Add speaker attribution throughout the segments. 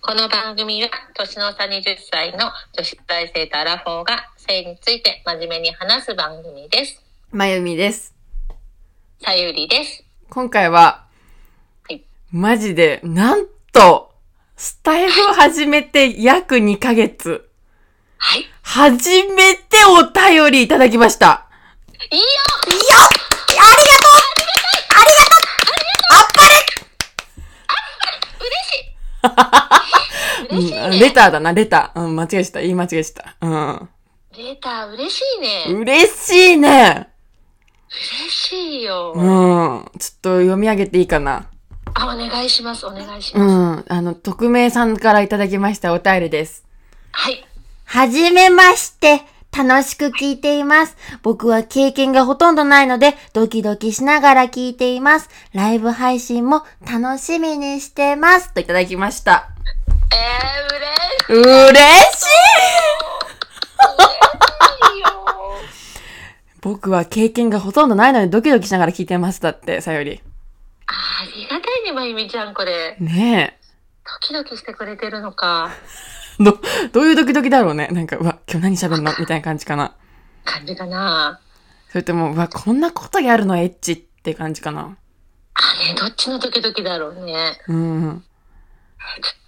Speaker 1: この番組は年の差20歳の女子大生とアラフォーが性について真面目に話す番組です。
Speaker 2: まゆみです。
Speaker 1: さゆりです。
Speaker 2: 今回は、
Speaker 1: はい
Speaker 2: マジで、なんと、スタイフを始めて約2ヶ月、
Speaker 1: はい。いいよ
Speaker 2: 初めてお便りいただきました。
Speaker 1: いいよ
Speaker 2: ありがとうありがと
Speaker 1: 嬉しい嬉しい
Speaker 2: レ
Speaker 1: ね。
Speaker 2: ターだな、レター。うん、間違えした。言い間違えした。うん。
Speaker 1: レター嬉しいね。
Speaker 2: 嬉しいね。
Speaker 1: 嬉しいよ
Speaker 2: うん。ち。ょっと読み上げていいかな。
Speaker 1: あ、お願いします。お願いし
Speaker 2: う
Speaker 1: ます。
Speaker 2: ん。あの、匿名さんからいただきましたお便りです。
Speaker 1: はい。
Speaker 2: はじめまして。楽しく聞いています。僕は経験がほとんどないので、ドキドキしながら聞いています。ライブ配信も楽しみにしてます。といただきました。
Speaker 1: えー、嬉し
Speaker 2: 嬉しい
Speaker 1: いよ。
Speaker 2: 僕は経験がほとんどないので、ドキドキしながら聞いてます。だって、さより。
Speaker 1: ありがたいね、まゆみちゃん、これ。
Speaker 2: ね
Speaker 1: ドキドキしてくれてるのか。
Speaker 2: え。ど、どういうドキドキだろうね。なんか、うわ、今日何喋るのみたいな感じかな。
Speaker 1: 感じかな。
Speaker 2: それとも、うわ、こんなことやるのエッチって感じかな。
Speaker 1: あれ、どっちのドキドキだろうね。
Speaker 2: うん。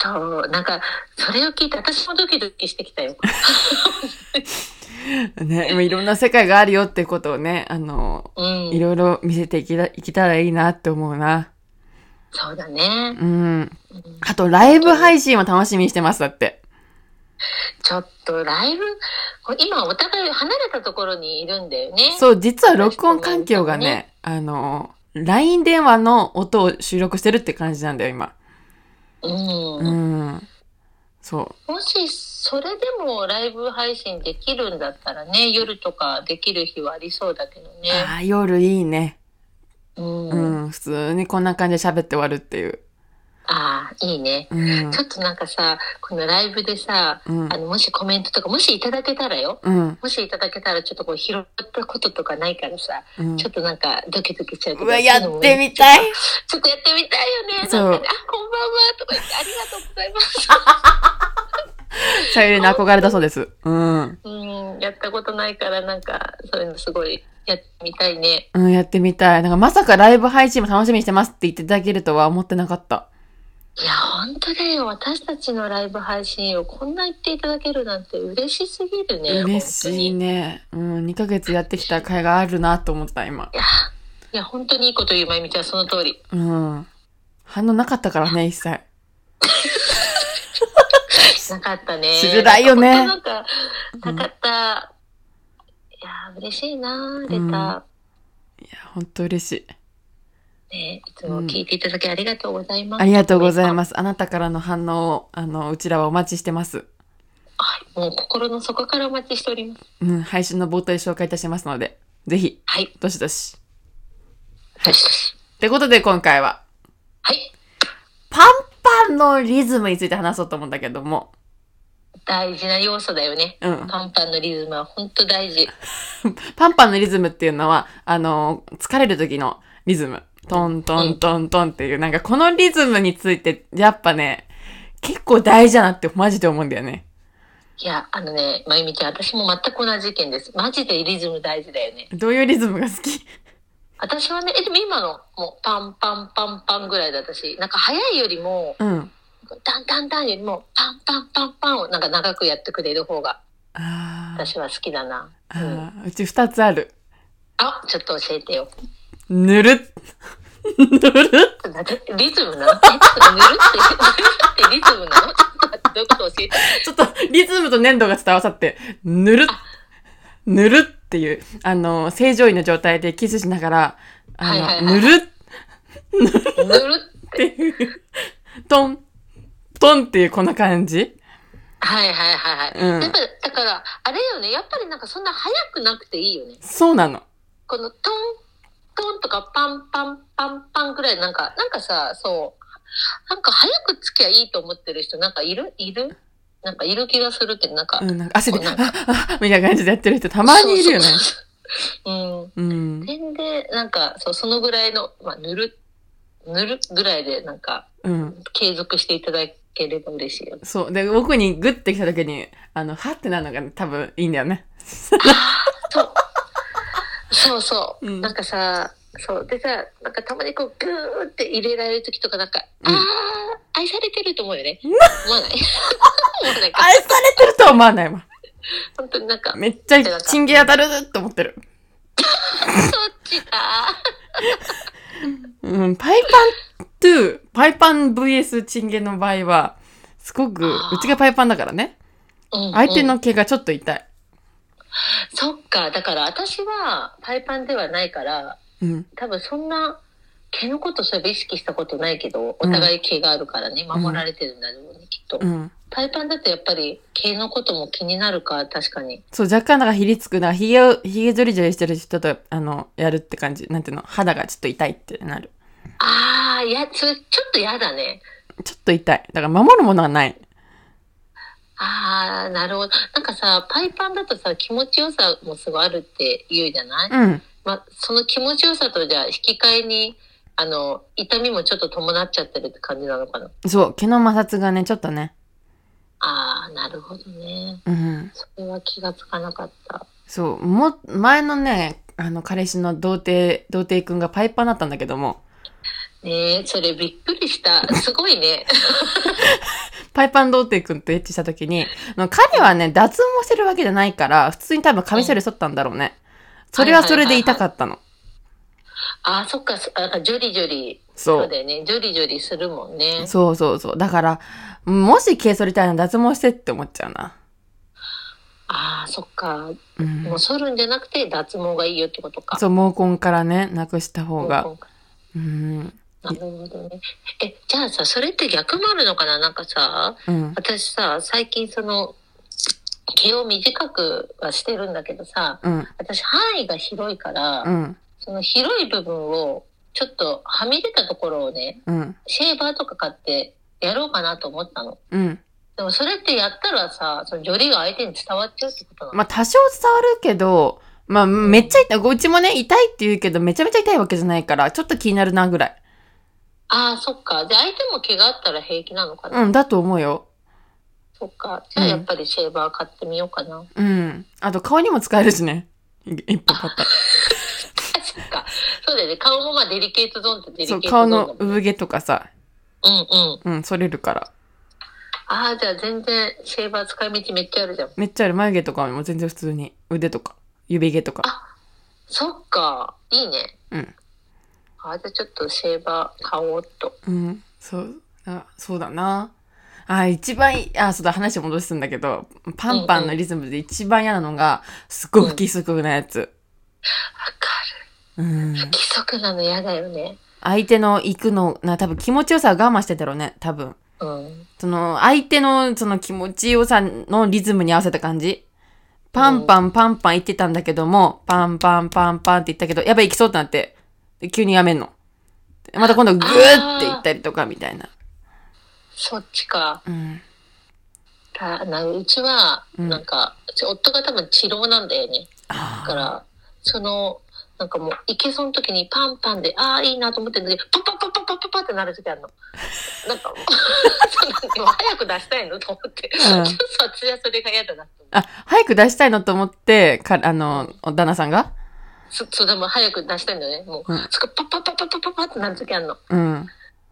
Speaker 1: ちょっと、なんか、それを聞いて、私もドキドキしてきた よ。
Speaker 2: ね、まあいろんな世界があるよってことをね、あの、
Speaker 1: うん
Speaker 2: い。ろいろ見せていけたいけたらいいなって思うな。
Speaker 1: そうだね。
Speaker 2: うん。あと、ライブ配信は楽しみにしてます、だって。
Speaker 1: ちょっと、ライブ、これ今、お互い離れたところにいるんだよね。
Speaker 2: そう、実は録音環境が
Speaker 1: ね
Speaker 2: ね、あの、LINE 電話の音を収録してるって感じなんだよ、今。
Speaker 1: う。
Speaker 2: うんん。そ
Speaker 1: もし、それでもライブ配信できるんだったらね、夜とかできる日はありそうだけど
Speaker 2: う。
Speaker 1: ね。
Speaker 2: ああ、夜いいね。
Speaker 1: うん。
Speaker 2: うん、普通にこんな感じで喋って終わるっていう。
Speaker 1: ああ、いいね。
Speaker 2: うん
Speaker 1: ち。ょっとなんかさ、このライブでさ、
Speaker 2: うん
Speaker 1: あの、もしコメントとか、もしいただけたらよ。
Speaker 2: うん。
Speaker 1: もしいただけたら、ちょっとこう、拾ったこととかないからさ、
Speaker 2: うん
Speaker 1: ちょっとなんか、ドキドキしちゃうけ
Speaker 2: う
Speaker 1: ど
Speaker 2: わ、やってみたい。
Speaker 1: ちょっとやってみたいよね。
Speaker 2: そう
Speaker 1: なんかねあ、こんばんはとか言って、ありがとうございます。
Speaker 2: さゆりの憧れだそうです。うん。
Speaker 1: うん、やったことないから、なんか、そういうのすごい、やってみたいね。
Speaker 2: うん、やってみたい。なんかまさかライブ配信も楽しみにしてますって言っていただけるとは思ってなかった。
Speaker 1: いや、本当だよ。私たちのライブ配信をこんな言っていただけるなんて嬉しすぎるね。
Speaker 2: 嬉しい
Speaker 1: 本
Speaker 2: ね。うん、2ヶ月やってきた甲斐があるなと思った、今。
Speaker 1: 当に。いや、本当にいいこと言う、まゆみちゃん、その通り。
Speaker 2: うん。反応なかったからね、一切。
Speaker 1: なかったね。
Speaker 2: しづらいよね
Speaker 1: なんか、なかった。いやー、嬉しいなレター、
Speaker 2: いや、ほんと嬉しい。
Speaker 1: ね。いつも聞いていただきありがとうございます。
Speaker 2: ありがとうござい
Speaker 1: す。
Speaker 2: ます。あなたからの反応を、あの、うちらはお待ちしてます。
Speaker 1: はい。もう心の底からお待ちしております。
Speaker 2: うん、配信の冒頭で紹介いたしますので、ぜひ、
Speaker 1: はい。
Speaker 2: どしどし。
Speaker 1: は
Speaker 2: は
Speaker 1: い
Speaker 2: い。ってことで今回は、
Speaker 1: はい。
Speaker 2: パンパンのリズムについて話そうと思うんだけども、
Speaker 1: 大事な要素だよね。
Speaker 2: うん。
Speaker 1: パンパンのリズムは本当大事。
Speaker 2: パンパンのリズムっていうのは、あの、疲れる時のリズム。トントントントンっていう、なんかこのリズムについて、やっぱね、結構大事だなってマジで思うんだよね。
Speaker 1: いや、あのね、まゆみちゃん、私も全く同じ意見です。マジでリズム大事だよね。
Speaker 2: どういうリズムが 好き
Speaker 1: 私はね、え、でも今の、もう、パンパンパンパンぐらいで私、なんか早いよりも、
Speaker 2: うん。
Speaker 1: ダンダンダンよりも、パンパンパンパンをなんか長くやってくれる方が、
Speaker 2: あー
Speaker 1: 私は好きだな。
Speaker 2: あ
Speaker 1: うん。
Speaker 2: ー、うち二つある。
Speaker 1: あ、ちょっと教えてよ。
Speaker 2: ぬるっ。 ぬるっ。
Speaker 1: なんでリズムなのえそれぬるって、 ぬるってリズムなのちょっと待ってどういうこと教えて。
Speaker 2: ちょっとリズムと粘度が伝わさって、ぬるっ。ぬるっていう、あの、正常位の状態でキスしながら、あの、
Speaker 1: はいはいはい
Speaker 2: ぬるっ
Speaker 1: ぬるっ
Speaker 2: っていう、トン、トンっていうこんな感じ
Speaker 1: はいはいはいはい。
Speaker 2: うん
Speaker 1: やっぱりだから、あれよね、やっぱりなんかそんな早くなくていいよね。
Speaker 2: そうなの。
Speaker 1: このトン、トンとかパンパンパンパンくらいなんか、なんかさ、そう、なんか早くつきゃいいと思ってる人なんかいるいるなんかいる気がするけど、なんか。
Speaker 2: うん、なんか汗で、
Speaker 1: こう
Speaker 2: あ
Speaker 1: なん、
Speaker 2: あ、みたいな感じでやってる人たまにいるよ
Speaker 1: そ
Speaker 2: ね。
Speaker 1: うそうそう。
Speaker 2: う
Speaker 1: うんん。。全然、なんか、そう、そのぐらいの、まあ、ぬる、ぬるぐらいで、なんか、
Speaker 2: うん。
Speaker 1: 継続していただければ嬉しいよね。
Speaker 2: そう。で、僕にグッて来た時に、あの、はってなるのが多分いいんだよね。
Speaker 1: そう。そうそう。
Speaker 2: うん
Speaker 1: なんかさ、そう。でさ、なんかたまにこう、ぐーって入れられる時とかなんか、
Speaker 2: うん
Speaker 1: あー、愛されてると思うよね。思わ ない思わないか。
Speaker 2: 愛されてるとは思わないわ。
Speaker 1: 本当に なんか、
Speaker 2: めっちゃ、チンゲ当たるって思ってる。
Speaker 1: そっちか
Speaker 2: うん、パイパントゥパイパン VS チンゲの場合は、すごく、
Speaker 1: あー
Speaker 2: うちがパイパンだからね。
Speaker 1: ー。うんうん
Speaker 2: 相手の毛がちょっと痛い。
Speaker 1: そっか。だから私は、パイパンではないから、
Speaker 2: うん。
Speaker 1: 多分そんな、毛のことそういえば意識したことないけど、お互い毛があるからね、守られてるんだろうね、きっと
Speaker 2: う。ん。
Speaker 1: パイパンだとやっぱり、毛のことも気になるか、確かに。
Speaker 2: そう、若干なんかひりつくな、ひげを、ひげじょりじょりしてる人と、あの、やるって感じ。なんていうの肌がちょっと痛いってなる。
Speaker 1: あー、いや、それちょっと嫌だね。
Speaker 2: ちょっと痛い。だから守るものはない。
Speaker 1: あー、なるほど。なんかさ、パイパンだとさ、気持ちよさもすごいあるって言うじゃない、
Speaker 2: うん。
Speaker 1: まあ、その気持ちよさとじゃあ引き換えに、あの、痛みもちょっと伴っちゃってるって感じなのかな
Speaker 2: そう、毛の摩擦がね、ちょっとね。
Speaker 1: あー、なるほどね。
Speaker 2: うん。
Speaker 1: それは気がつかなかった。
Speaker 2: そう、も、前のね、あの、彼氏の童貞、童貞くんがパイパンだったんだけども、
Speaker 1: ねえ、それびっくりした。すごいね。
Speaker 2: パイパン童貞くんとエッチした時に、あの彼はね、脱毛してるわけじゃないから、普通に多分カミソリ剃ったんだろうね。それはそれで痛かったの。
Speaker 1: あー、そっか、そなんかジョリジョリ。
Speaker 2: そ
Speaker 1: そう
Speaker 2: う。
Speaker 1: だよね。ジョリジョリするもんね。
Speaker 2: そうそうそう。だから、もし毛剃りたいなら脱毛してって思っちゃうな。
Speaker 1: あー、そっか。
Speaker 2: うん
Speaker 1: もう。剃るんじゃなくて脱毛がいいよってことか。
Speaker 2: そう、毛根からね、なくした方
Speaker 1: そう
Speaker 2: が。
Speaker 1: か
Speaker 2: うん。
Speaker 1: なるほどね。え、じゃあさ、それって逆もあるのかななんかさ、
Speaker 2: うん。
Speaker 1: 私さ、最近その、毛を短くはしてるんだけどさ、
Speaker 2: うん。
Speaker 1: 私範囲が広いから、
Speaker 2: うん。
Speaker 1: その広い部分を、ちょっとはみ出たところをね、
Speaker 2: うん。
Speaker 1: シェーバーとか買ってやろうかなと思ったの。
Speaker 2: うん。
Speaker 1: でもそれってやったらさ、そのジョリが相手に伝わっちゃうってことなの、
Speaker 2: まあ、多少伝わるけど、まあ、めっちゃ痛い。うちもね、痛いって言うけど、めちゃめちゃ痛いわけじゃないから、ちょっと気になるなぐらい。
Speaker 1: ああ、そっか。で、相手も毛があったら平気なのかな、
Speaker 2: うん、だと思うよ。
Speaker 1: そっか。じゃあやっぱりシェーバー買ってみようかな。
Speaker 2: うん。あと、顔にも使えるしね。一本買ったら。
Speaker 1: そっか。そうだよね。顔もまあデリケートゾーンってデリケ
Speaker 2: そう、
Speaker 1: ートゾ
Speaker 2: 顔
Speaker 1: ーンだも
Speaker 2: の
Speaker 1: んね。
Speaker 2: 産毛とかさ、
Speaker 1: うんうん。
Speaker 2: うん、剃れるから。
Speaker 1: ああ、じゃあ全然シェーバー使い道めっちゃあるじゃん。
Speaker 2: めっちゃある。眉毛とかも全然普通に。腕とか、指毛とか。
Speaker 1: そっか。いいね。
Speaker 2: うん。
Speaker 1: ああ、じゃあちょっとシェーバー買おうっと。
Speaker 2: うん、そう、あそうだな。あ、一番いい、あ、そうだ、話戻すんだけど、パンパンのリズムで一番嫌なのが、すっごい不規則なやつ。
Speaker 1: わかる。
Speaker 2: うん。
Speaker 1: 規則なの嫌だよね。
Speaker 2: 相手の行くの、な、多分気持ちよさは我慢してたろうね、多分。
Speaker 1: うん。
Speaker 2: その、相手の、その気持ちよさのリズムに合わせた感じ。パンパンパンパン言ってたんだけども、パンパンパンパンって言ったけど、やばい行きそうってなって、で急にやめんの。でまた今度グーって言ったりとかみたいな。
Speaker 1: そっちか。
Speaker 2: うん。
Speaker 1: たなうちは、
Speaker 2: うん
Speaker 1: なんか、うち夫が多分治療なんだよね。だ
Speaker 2: あ
Speaker 1: から、その、なんかもう、いけそうの時にパンパンで、ああ、いいなと思ってるんだけど、パンパンパンパンパンパンってなる時ある の。なんかもう、そうなんかもう早く出したいのと思って、
Speaker 2: ん
Speaker 1: ちょっと私はそれが嫌だなと思って。
Speaker 2: あ、早く出したいのと思って、か、あの、お旦那さんが
Speaker 1: そ、そうでも早く出したいんだよね。もう、
Speaker 2: うん
Speaker 1: そこパンパンパンパンパンパンパンってなる時あるの。
Speaker 2: うん。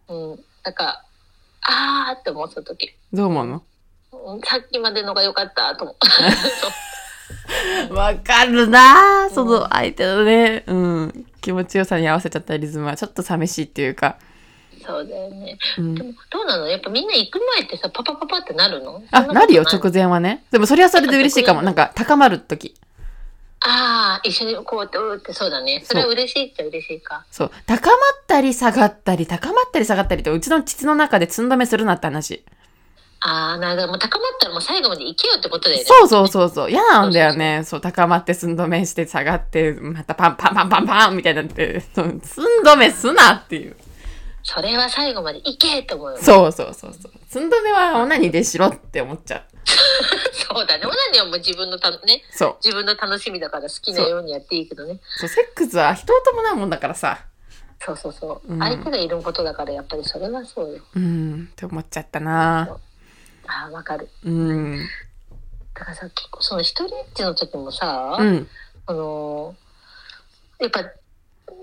Speaker 1: うん。なんか、あーって思った時。
Speaker 2: どう思うの
Speaker 1: うんさっきまでのが良かったと 思う。
Speaker 2: わかるなぁその相手のね、うん。気持ちよさに合わせちゃったリズムはちょっと寂しいっていうか。
Speaker 1: そうだよね。
Speaker 2: うん
Speaker 1: で。も、どうなのやっぱみんな行く前ってさ、パパパパってなるの
Speaker 2: あ、なるよ、
Speaker 1: 直
Speaker 2: 直前はね。でもそれはそれで嬉しいかも。
Speaker 1: な
Speaker 2: なんん
Speaker 1: か
Speaker 2: か、高まるとき。
Speaker 1: ああ、一緒にこうやって、うーってそうだね。それは嬉しいっちゃ嬉しいか。
Speaker 2: そう。高まったり下がったり、高まったり下がったりと、うちの膣の中でつんどめするなって話。
Speaker 1: ああ、なるほど。もう高まったらもう最後まで行けよってことだよね。
Speaker 2: そうそうそうそう。嫌なんだよね。そう、高まって寸止めして下がって、またパンパンパンパンパンみたいになって、そう寸止めすなっていう。
Speaker 1: それは最後まで行けと思うよ。
Speaker 2: そうそうそうそう。寸止めはオナニーでしろって思っちゃう。
Speaker 1: そうだね。オナニーはもう自分のた、ね、
Speaker 2: そう。
Speaker 1: 自分の楽しみだから好きなようにやっていいけどね。
Speaker 2: そう、セックスは人を伴うもんだからさ。
Speaker 1: そうそうそう、
Speaker 2: うん
Speaker 1: 相手がいることだからやっぱりそれはそうよ
Speaker 2: うん、って思っちゃったな。
Speaker 1: ああわかる
Speaker 2: うん。
Speaker 1: だからさ結構その一人っちの時もさ、
Speaker 2: うん。
Speaker 1: あのーやっぱ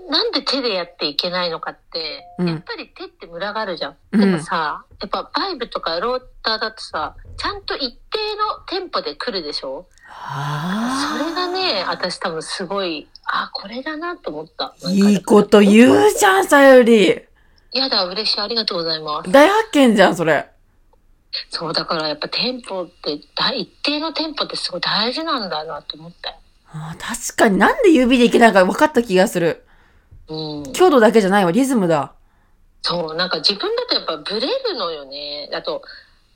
Speaker 1: なんで手でやっていけないのかって、
Speaker 2: うん
Speaker 1: やっぱり手ってムラがあるじゃん、
Speaker 2: うん
Speaker 1: でもさやっぱバイブとかローターだとさちゃんと一定のテンポで来るでしょそれがね私多分すごいあこれだなと思ったなんか
Speaker 2: いいこと言うじゃん、さより。
Speaker 1: やだ嬉しいありがとうございます
Speaker 2: 大発見じゃん、それ。
Speaker 1: そうだからやっぱテンポってだ一定のテンポってすごい大事なんだなと思ったよ
Speaker 2: あー確かになんで指でいけないか分かった気がする。
Speaker 1: うん、
Speaker 2: 強度だけじゃないわ、リズムだ。
Speaker 1: そう、なんか自分だとやっぱブレるのよね。あと、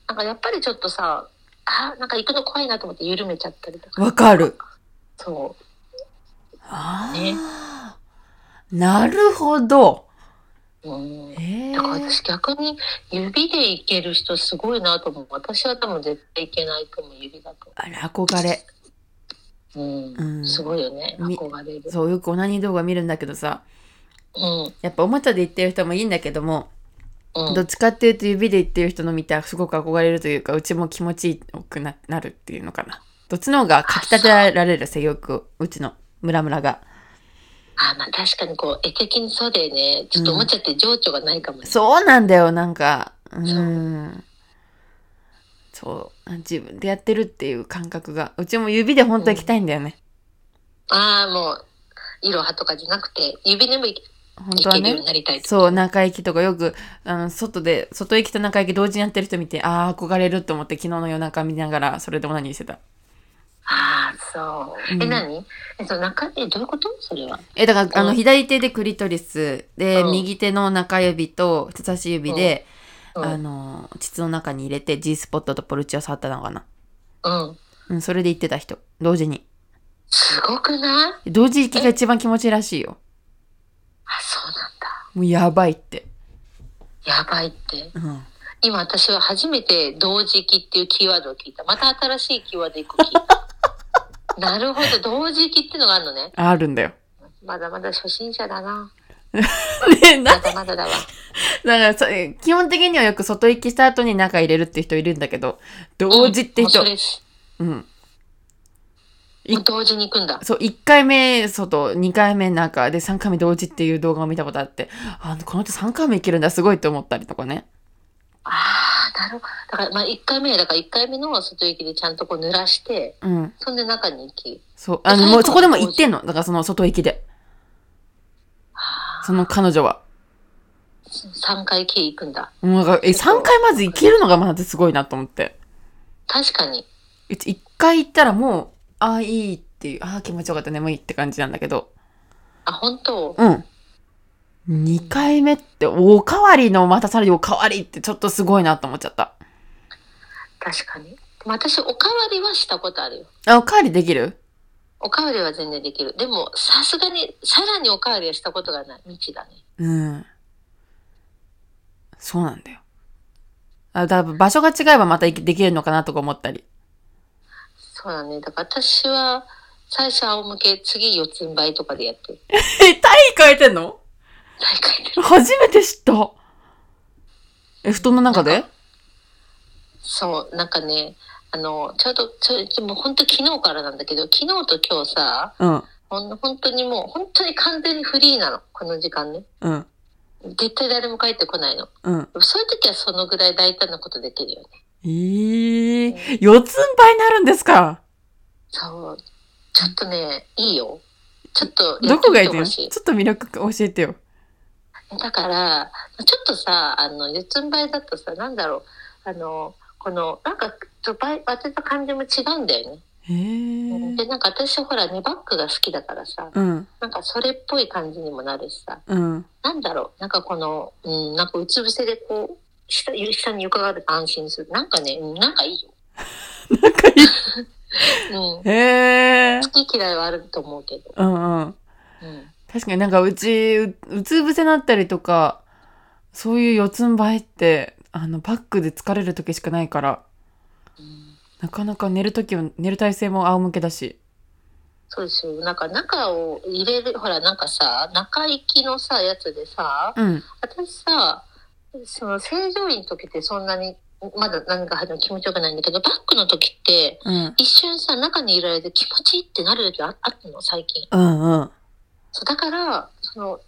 Speaker 1: なんかやっぱりちょっとさ、あ、なんか行くの怖いなと思って緩めちゃったりとか。
Speaker 2: わかる。
Speaker 1: そ
Speaker 2: あ
Speaker 1: ね
Speaker 2: あ。なるほど。
Speaker 1: う。うん。
Speaker 2: ええ
Speaker 1: だから私逆に指で行ける人すごいなと思う。私は多分絶対行けないと思う、指だと。
Speaker 2: あれ、憧れ。
Speaker 1: うん。
Speaker 2: うん
Speaker 1: すごいよね。
Speaker 2: み
Speaker 1: 憧れる。
Speaker 2: そう、よくオナニー動画見るんだけどさ、
Speaker 1: うん。
Speaker 2: やっぱおもちゃで言ってる人もいいんだけども、
Speaker 1: うん。
Speaker 2: どっちかっていうと指で言ってる人の見たすごく憧れるというか、うちも気持ちよくななるっていうのかな。どっちの方がかき立てられる性欲を、うちのムラムラが。
Speaker 1: あ、まあ確かにこう、絵的にそうだよね。ちょっとおもちゃって情緒がないかもね。
Speaker 2: そうなんだよ、なんか。うん。そう。自分でやってるっていう感覚が。うちも指で本当は行きたいんだよね。
Speaker 1: ああ、もう、いろはとかじゃなくて、指でも行け
Speaker 2: 本当
Speaker 1: 行
Speaker 2: は
Speaker 1: けるよう
Speaker 2: ね
Speaker 1: に。なりたいと。
Speaker 2: そう、中行きとかよく、あの、外で、外行きと中行き同時にやってる人見て、ああ、憧れると思って昨日の夜中見ながら、それでも何してた。
Speaker 1: ああ、そう。
Speaker 2: う
Speaker 1: え、
Speaker 2: ん
Speaker 1: 何え、その中、え、どういうことそれは。
Speaker 2: え、だから、あ
Speaker 1: う
Speaker 2: の、
Speaker 1: ん
Speaker 2: 左手でクリトリス、で、
Speaker 1: うん
Speaker 2: 右手の中指と人差し指で、
Speaker 1: うん
Speaker 2: あの、膣の中に入れて G スポットとポルチを触ったのかな。
Speaker 1: うん。
Speaker 2: うん、それで行ってた人。同時に。
Speaker 1: すごくない
Speaker 2: 同時行きが一番気持ちいいらしいよ。
Speaker 1: あ、そうなんだ。
Speaker 2: もうやばいって。
Speaker 1: やばいって。
Speaker 2: うん。
Speaker 1: 今私は初めて同時期っていうキーワードを聞いた。また新しいキーワード一個聞いた。 なるほど。同時期ってのがあるのね。
Speaker 2: あるん だよ。
Speaker 1: まだまだ初心者だな。
Speaker 2: ねな、
Speaker 1: ま
Speaker 2: だか
Speaker 1: だまだだわ。
Speaker 2: らそ基本的にはよく外行きした後に中入れるって人いるんだけど、同時って
Speaker 1: もう
Speaker 2: 人
Speaker 1: そ、れです。
Speaker 2: うん。い
Speaker 1: もう同時に行くんだ。
Speaker 2: そう、1回目外、2回目中、で3回目同時っていう動画を見たことあって、あ、この人3回目いけるんだ、すごいって思ったりとかね。
Speaker 1: ああ、なるほど。だから、まあ1回目、だから1回目の外行きでちゃんとこう濡らして、
Speaker 2: うん。
Speaker 1: そんで中に行き。
Speaker 2: そう。あの、もうそこでも行ってんの。だからその外行きで。その彼女は。
Speaker 1: 3回行き行くんだ。
Speaker 2: もうなんか、え、3回まず行けるのがまずすごいなと思って。
Speaker 1: 確かに。
Speaker 2: うち一回行ったらもう、ああ、いいっていう、ああ、気持ちよかった、眠いって感じなんだけど。
Speaker 1: あ、本当
Speaker 2: うん。二回目って、おかわりの、またさらにおかわりって、ちょっとすごいなと思っちゃった。
Speaker 1: 確かに。でも私、おかわりはしたことあるよ。
Speaker 2: あ、おかわりできる
Speaker 1: おかわりは全然できる。でも、さすがに、さらにおかわりはしたことがない。未知だね。
Speaker 2: うん。そうなんだよ。あ、多分場所が違えばまたいできるのかなとか思ったり。
Speaker 1: そうだね。だから私は、最初仰向け、次四つん這いとかでやってる。
Speaker 2: え、体位変えてんの
Speaker 1: 大会で。
Speaker 2: 初めて知った。え、布団の中で
Speaker 1: そう、なんかね、あの、ちょうど、ちょでも本当昨日からなんだけど、昨日と今日さ、
Speaker 2: うん。
Speaker 1: ほん本当にもう、本当に完全にフリーなの。この時間ね。
Speaker 2: うん。
Speaker 1: 絶対誰も帰ってこないの。
Speaker 2: うん。
Speaker 1: そういう時はそのぐらい大胆なことできるよね。
Speaker 2: えー、四つん這いになるんですか
Speaker 1: そう。ちょっとね、いいよ。ちょっとや
Speaker 2: ど
Speaker 1: って
Speaker 2: こ
Speaker 1: み
Speaker 2: がい
Speaker 1: て
Speaker 2: いの
Speaker 1: ほ
Speaker 2: ち
Speaker 1: し
Speaker 2: ょ
Speaker 1: い。
Speaker 2: っと魅力教えてよ。
Speaker 1: だから、ちょっとさ、あの、四つん這いだとさ、なんだろう、あの、この、なんか、ちょばい当てた感じも違うんだよね。
Speaker 2: へえ。
Speaker 1: で、なんか私ほら、ね、バッグが好きだからさ、
Speaker 2: うん、
Speaker 1: なんかそれっぽい感じにもなるしさ、
Speaker 2: うん。
Speaker 1: なんだろう、なんかこの、うん、なんかうつ伏せでこう、下下に床があると安心する。なんかね、うんなんかいいよ。
Speaker 2: なんかいい。
Speaker 1: うん。
Speaker 2: へえ。
Speaker 1: 好き嫌いはあると思うけど。
Speaker 2: うんう
Speaker 1: う
Speaker 2: ん。
Speaker 1: ん。
Speaker 2: 確かになんかうち、ううつ伏せになったりとか、そういう四つん這いって、あの、バックで疲れる時しかないから、
Speaker 1: うん
Speaker 2: なかなか寝る時は、寝る体勢も仰向けだし。
Speaker 1: そうですよ。なんか中を入れる、ほら、なんかさ、中行きのさ、やつでさ、
Speaker 2: うん。
Speaker 1: 私さ、その、正常位の時ってそんなに、まだ何か入るの気持ちよくないんだけど、バックの時って、
Speaker 2: うん。
Speaker 1: 一瞬さ、中にいられて気持ちいいってなる時ああったの、最近。
Speaker 2: うんうん。
Speaker 1: そう、だから、その、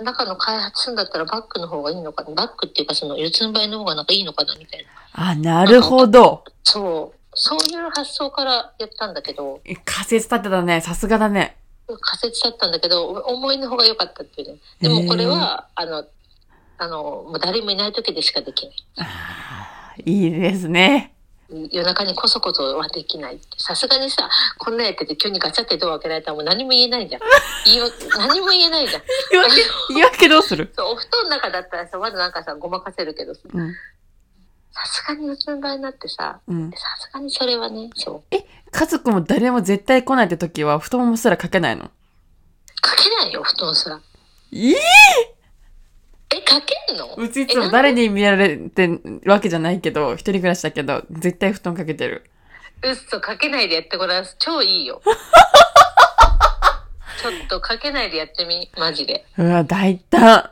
Speaker 1: 中の開発するんだったらバックの方がいいのかな、バックっていうかその、四つん這いの方がなんかいいのかな、みたいな。
Speaker 2: あ、なるほど。
Speaker 1: そう。そういう発想からやったんだけど、
Speaker 2: え仮説立てたね。さすがだね。
Speaker 1: 仮説だったんだけど、お思いの方が良かったっていうね。でもこれは、あの、あの、もう誰もいない時でしかできない。
Speaker 2: いいですね。
Speaker 1: 夜中にこそこそはできないって。さすがにさ、こんなやってて急にガチャってドア開けられたらもう何も言えないじゃん。言いよ何も言えないじゃん。
Speaker 2: 言い訳、言い訳どうする
Speaker 1: そうお布団の中だったらさ、まだなんかさ、ごまかせるけどさ、
Speaker 2: うん。
Speaker 1: さすがに四つん這いになってさ、
Speaker 2: うん。
Speaker 1: さすがにそれはね、そう。
Speaker 2: 家族も誰も絶対来ないって時は、太ももすらかけないの。
Speaker 1: かけないよ、布団すら。
Speaker 2: いい
Speaker 1: え、かけんの
Speaker 2: うちいつも誰に見られてるわけじゃないけど、一人暮らしだけど、絶対布団かけてる。
Speaker 1: うっそ、かけないでやってごらんす。超いいよ。ちょっとかけないでやってみ、マジで。
Speaker 2: うわ、大胆。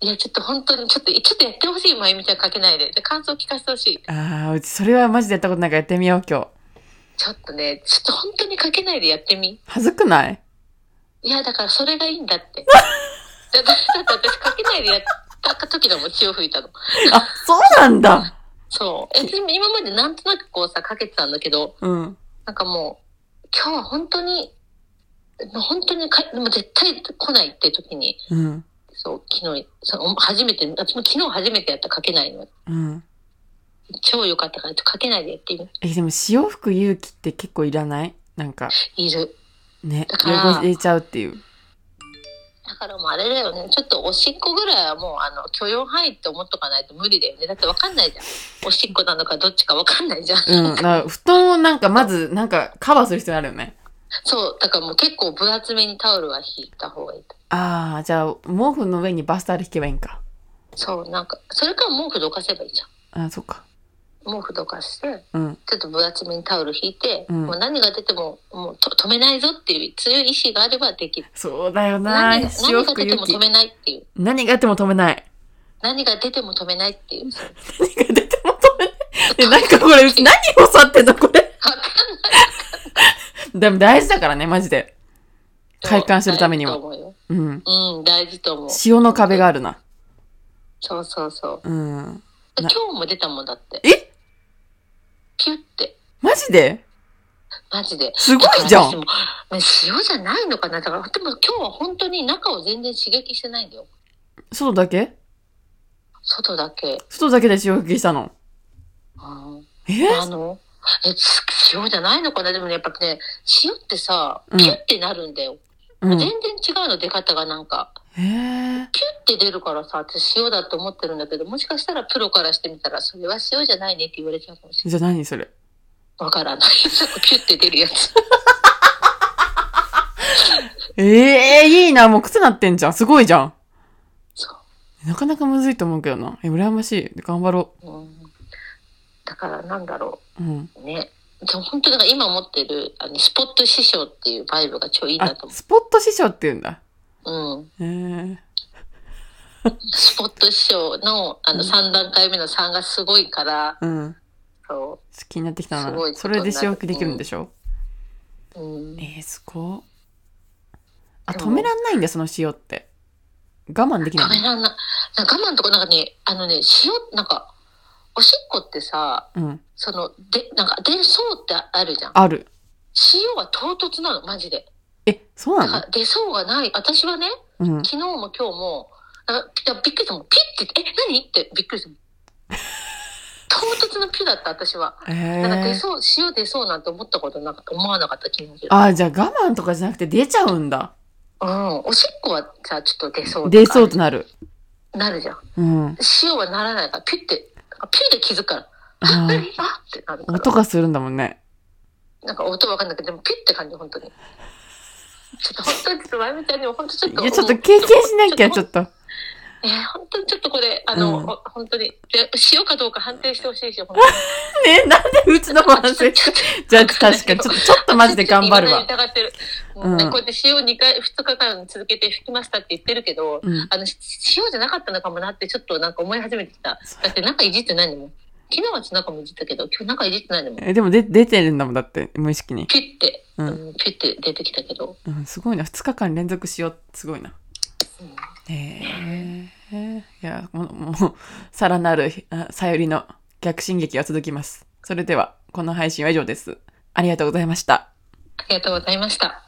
Speaker 1: いや、ちょっと本当に、ちょっと、ちょっとやってほしい、まゆみちゃんかけないで。で、感想聞かせてほしい。
Speaker 2: ああ、うちそれはマジでやったことないからやってみよう、今日。
Speaker 1: ちょっとね、ちょっと本当にかけないでやってみ。
Speaker 2: はずくない
Speaker 1: いや、だからそれがいいんだって。だだだって私かけないでやった時だもん、血を吹いたの。
Speaker 2: あ、そうなんだ。
Speaker 1: そう。え、でも今までなんとなくこうさ、かけてたんだけど、
Speaker 2: うん。
Speaker 1: なんかもう、今日は本当に、本当にか、もう絶対来ないって時に、
Speaker 2: うん。
Speaker 1: そう、昨日、その初めて、私も昨日初めてやったかけないの。
Speaker 2: うん。
Speaker 1: 超良かったから、ちょっとかけないでやってみ。
Speaker 2: え、でも潮吹く勇気って結構いらないなんか、
Speaker 1: いる。
Speaker 2: ね、
Speaker 1: だから
Speaker 2: 汚れちゃうっていう。
Speaker 1: だからもうあれだよね。ちょっとおしっこぐらいはもう、あの、許容範囲って思っとかないと無理だよね。だってわかんないじゃん。おしっこなのかどっちかわかんないじゃん。
Speaker 2: うん。だから布団をなんか、まず、なんか、カバーする必要あるよね。
Speaker 1: そう。だからもう結構分厚めにタオルは引いた方がいいと。
Speaker 2: ああ、じゃあ、毛布の上にバスタオル引けばいいんか。
Speaker 1: そう、なんか、それか毛布どかせばいいじゃん。
Speaker 2: あそっか。
Speaker 1: 毛布どかして、
Speaker 2: うん。
Speaker 1: ちょっと分厚めにタオル引いて、
Speaker 2: うん
Speaker 1: もう何が出ても、もうと止めないぞっていう強い意志があればできる。
Speaker 2: そうだよな
Speaker 1: 何が
Speaker 2: 潮
Speaker 1: 何が
Speaker 2: 吹く
Speaker 1: 出ても止
Speaker 2: 勇気。
Speaker 1: めないっていう。
Speaker 2: 何があっても止めない。
Speaker 1: 何が出ても止めないっていう。
Speaker 2: 何が出ても止めない。え、なんかこれ、何を去ってんのこれ。でも大事だからね、マジで。体感するためには
Speaker 1: 大事と思うよ
Speaker 2: うん。
Speaker 1: うん、大事と思う。
Speaker 2: 潮の壁があるな。
Speaker 1: そうそうそう。
Speaker 2: うん。
Speaker 1: 今
Speaker 2: な
Speaker 1: 日も出たもんだって。
Speaker 2: え
Speaker 1: ピュって。
Speaker 2: マジで
Speaker 1: マジで。
Speaker 2: すごいじゃん
Speaker 1: だから私もね、塩じゃないのかなだから、でも今日は本当に中を全然刺激してないんだよ。
Speaker 2: 外だけ
Speaker 1: 外だけ。
Speaker 2: 外だけで潮吹きしたの。
Speaker 1: うん
Speaker 2: え
Speaker 1: あの、え、つ塩じゃないのかなでもね、やっぱね、塩ってさ、
Speaker 2: うん
Speaker 1: ピュってなるんだよ。
Speaker 2: うん。
Speaker 1: 全然違うの、出方がなんか。
Speaker 2: へえ。
Speaker 1: ピュって出るからさ、私塩だと思ってるんだけど、もしかしたらプロからしてみたら、それは塩じゃないねって言われちゃうかもしれない。
Speaker 2: じゃあ何それ
Speaker 1: わから ない。ピュって出るやつ。
Speaker 2: ええいいな、もう靴なってんじゃん。すごいじゃん。
Speaker 1: そ
Speaker 2: なかなかむずいと思うけどな。え、羨ましい。頑張ろ
Speaker 1: う。うん、だからなんだろ
Speaker 2: う。うん。
Speaker 1: う。ね。でも本当だから今持ってる、あの、スポット師匠っていうバイブが超いいな
Speaker 2: あ
Speaker 1: と、思
Speaker 2: スポット師匠って言うんだ。
Speaker 1: う。うん。
Speaker 2: へえ。
Speaker 1: スポット師匠の、あの、3段階目の3がすごいから、
Speaker 2: うん。好
Speaker 1: そ
Speaker 2: きになってきた
Speaker 1: すごい
Speaker 2: な。
Speaker 1: こ
Speaker 2: そ
Speaker 1: とにな
Speaker 2: れ
Speaker 1: る
Speaker 2: で潮吹きできるんでしょ、
Speaker 1: う。うん。
Speaker 2: えー、すごっあ、
Speaker 1: で
Speaker 2: 止
Speaker 1: も
Speaker 2: めらんないんだ、その潮って。我慢でき
Speaker 1: 止
Speaker 2: な
Speaker 1: め
Speaker 2: い。
Speaker 1: らんな。なんか我慢とかなんかね、あのね、塩、なんか、おしっこってさ、
Speaker 2: うん。
Speaker 1: その、で、なんか、出そうってあるじゃん。
Speaker 2: ある。
Speaker 1: 塩は唐突なの、マジで。
Speaker 2: え、そう
Speaker 1: だか
Speaker 2: な
Speaker 1: ら出そうがない。私はね、
Speaker 2: のうん。
Speaker 1: 昨日も今日も、なんかいやびっくりしたもん。ピッて、え、何ってびっくりしたもん。唐突のピュだった、私は。
Speaker 2: え
Speaker 1: なんか出
Speaker 2: ー。
Speaker 1: そう、塩出そうなんて思ったことなんか思わなかった、昨日。
Speaker 2: あ、じゃあ我慢とかじゃなくて出ちゃうんだ。
Speaker 1: うん。おしっこはさ、ちょっと出そうとか
Speaker 2: 出そうとなる。
Speaker 1: なるじゃん。
Speaker 2: うん。
Speaker 1: 塩はならないから、ピュって、なんかピュで気づくから。
Speaker 2: あ
Speaker 1: 何
Speaker 2: ー
Speaker 1: あってなるから。
Speaker 2: 音がするんだもんね。
Speaker 1: なんか音わかんないけど、でもピュって感じ、本当に。ちょっと本当にちょっと、まゆみちゃんにも本当ちょっと。
Speaker 2: いや、ちょっと経験しなきゃ、ちょ
Speaker 1: っと。
Speaker 2: っと。
Speaker 1: えー本当にちょっとこれ、あの、
Speaker 2: うん
Speaker 1: ほ本当に。で塩かどうか判定してほしいし、本当に。
Speaker 2: ね、なんで うちの反省。じゃあ、確かに、ちょっと、ちょっとマジで頑張るわ。
Speaker 1: 疑ってる。
Speaker 2: う
Speaker 1: うんん、こうやって塩2回、2日間続けて吹きましたって言ってるけど、
Speaker 2: うん
Speaker 1: あの、し塩じゃなかったのかもなってちょっとなんか思い始めてきた。だってなんかいじってないのもん。昨日はちょっとなんかもいじったけど、今日なんかいじってないのもん。
Speaker 2: えでも、で、出てるんだもん、だって、無意識に。
Speaker 1: ピュッて、
Speaker 2: う
Speaker 1: うんん、ピュッて出てきたけど。
Speaker 2: うん、すごいな。2日間連続しよう。すごいな。へえ。いや、もう、もう、さらなる、あさゆりの逆進撃が続きます。それでは、この配信は以上です。ありがとうございました。
Speaker 1: ありがとうございました。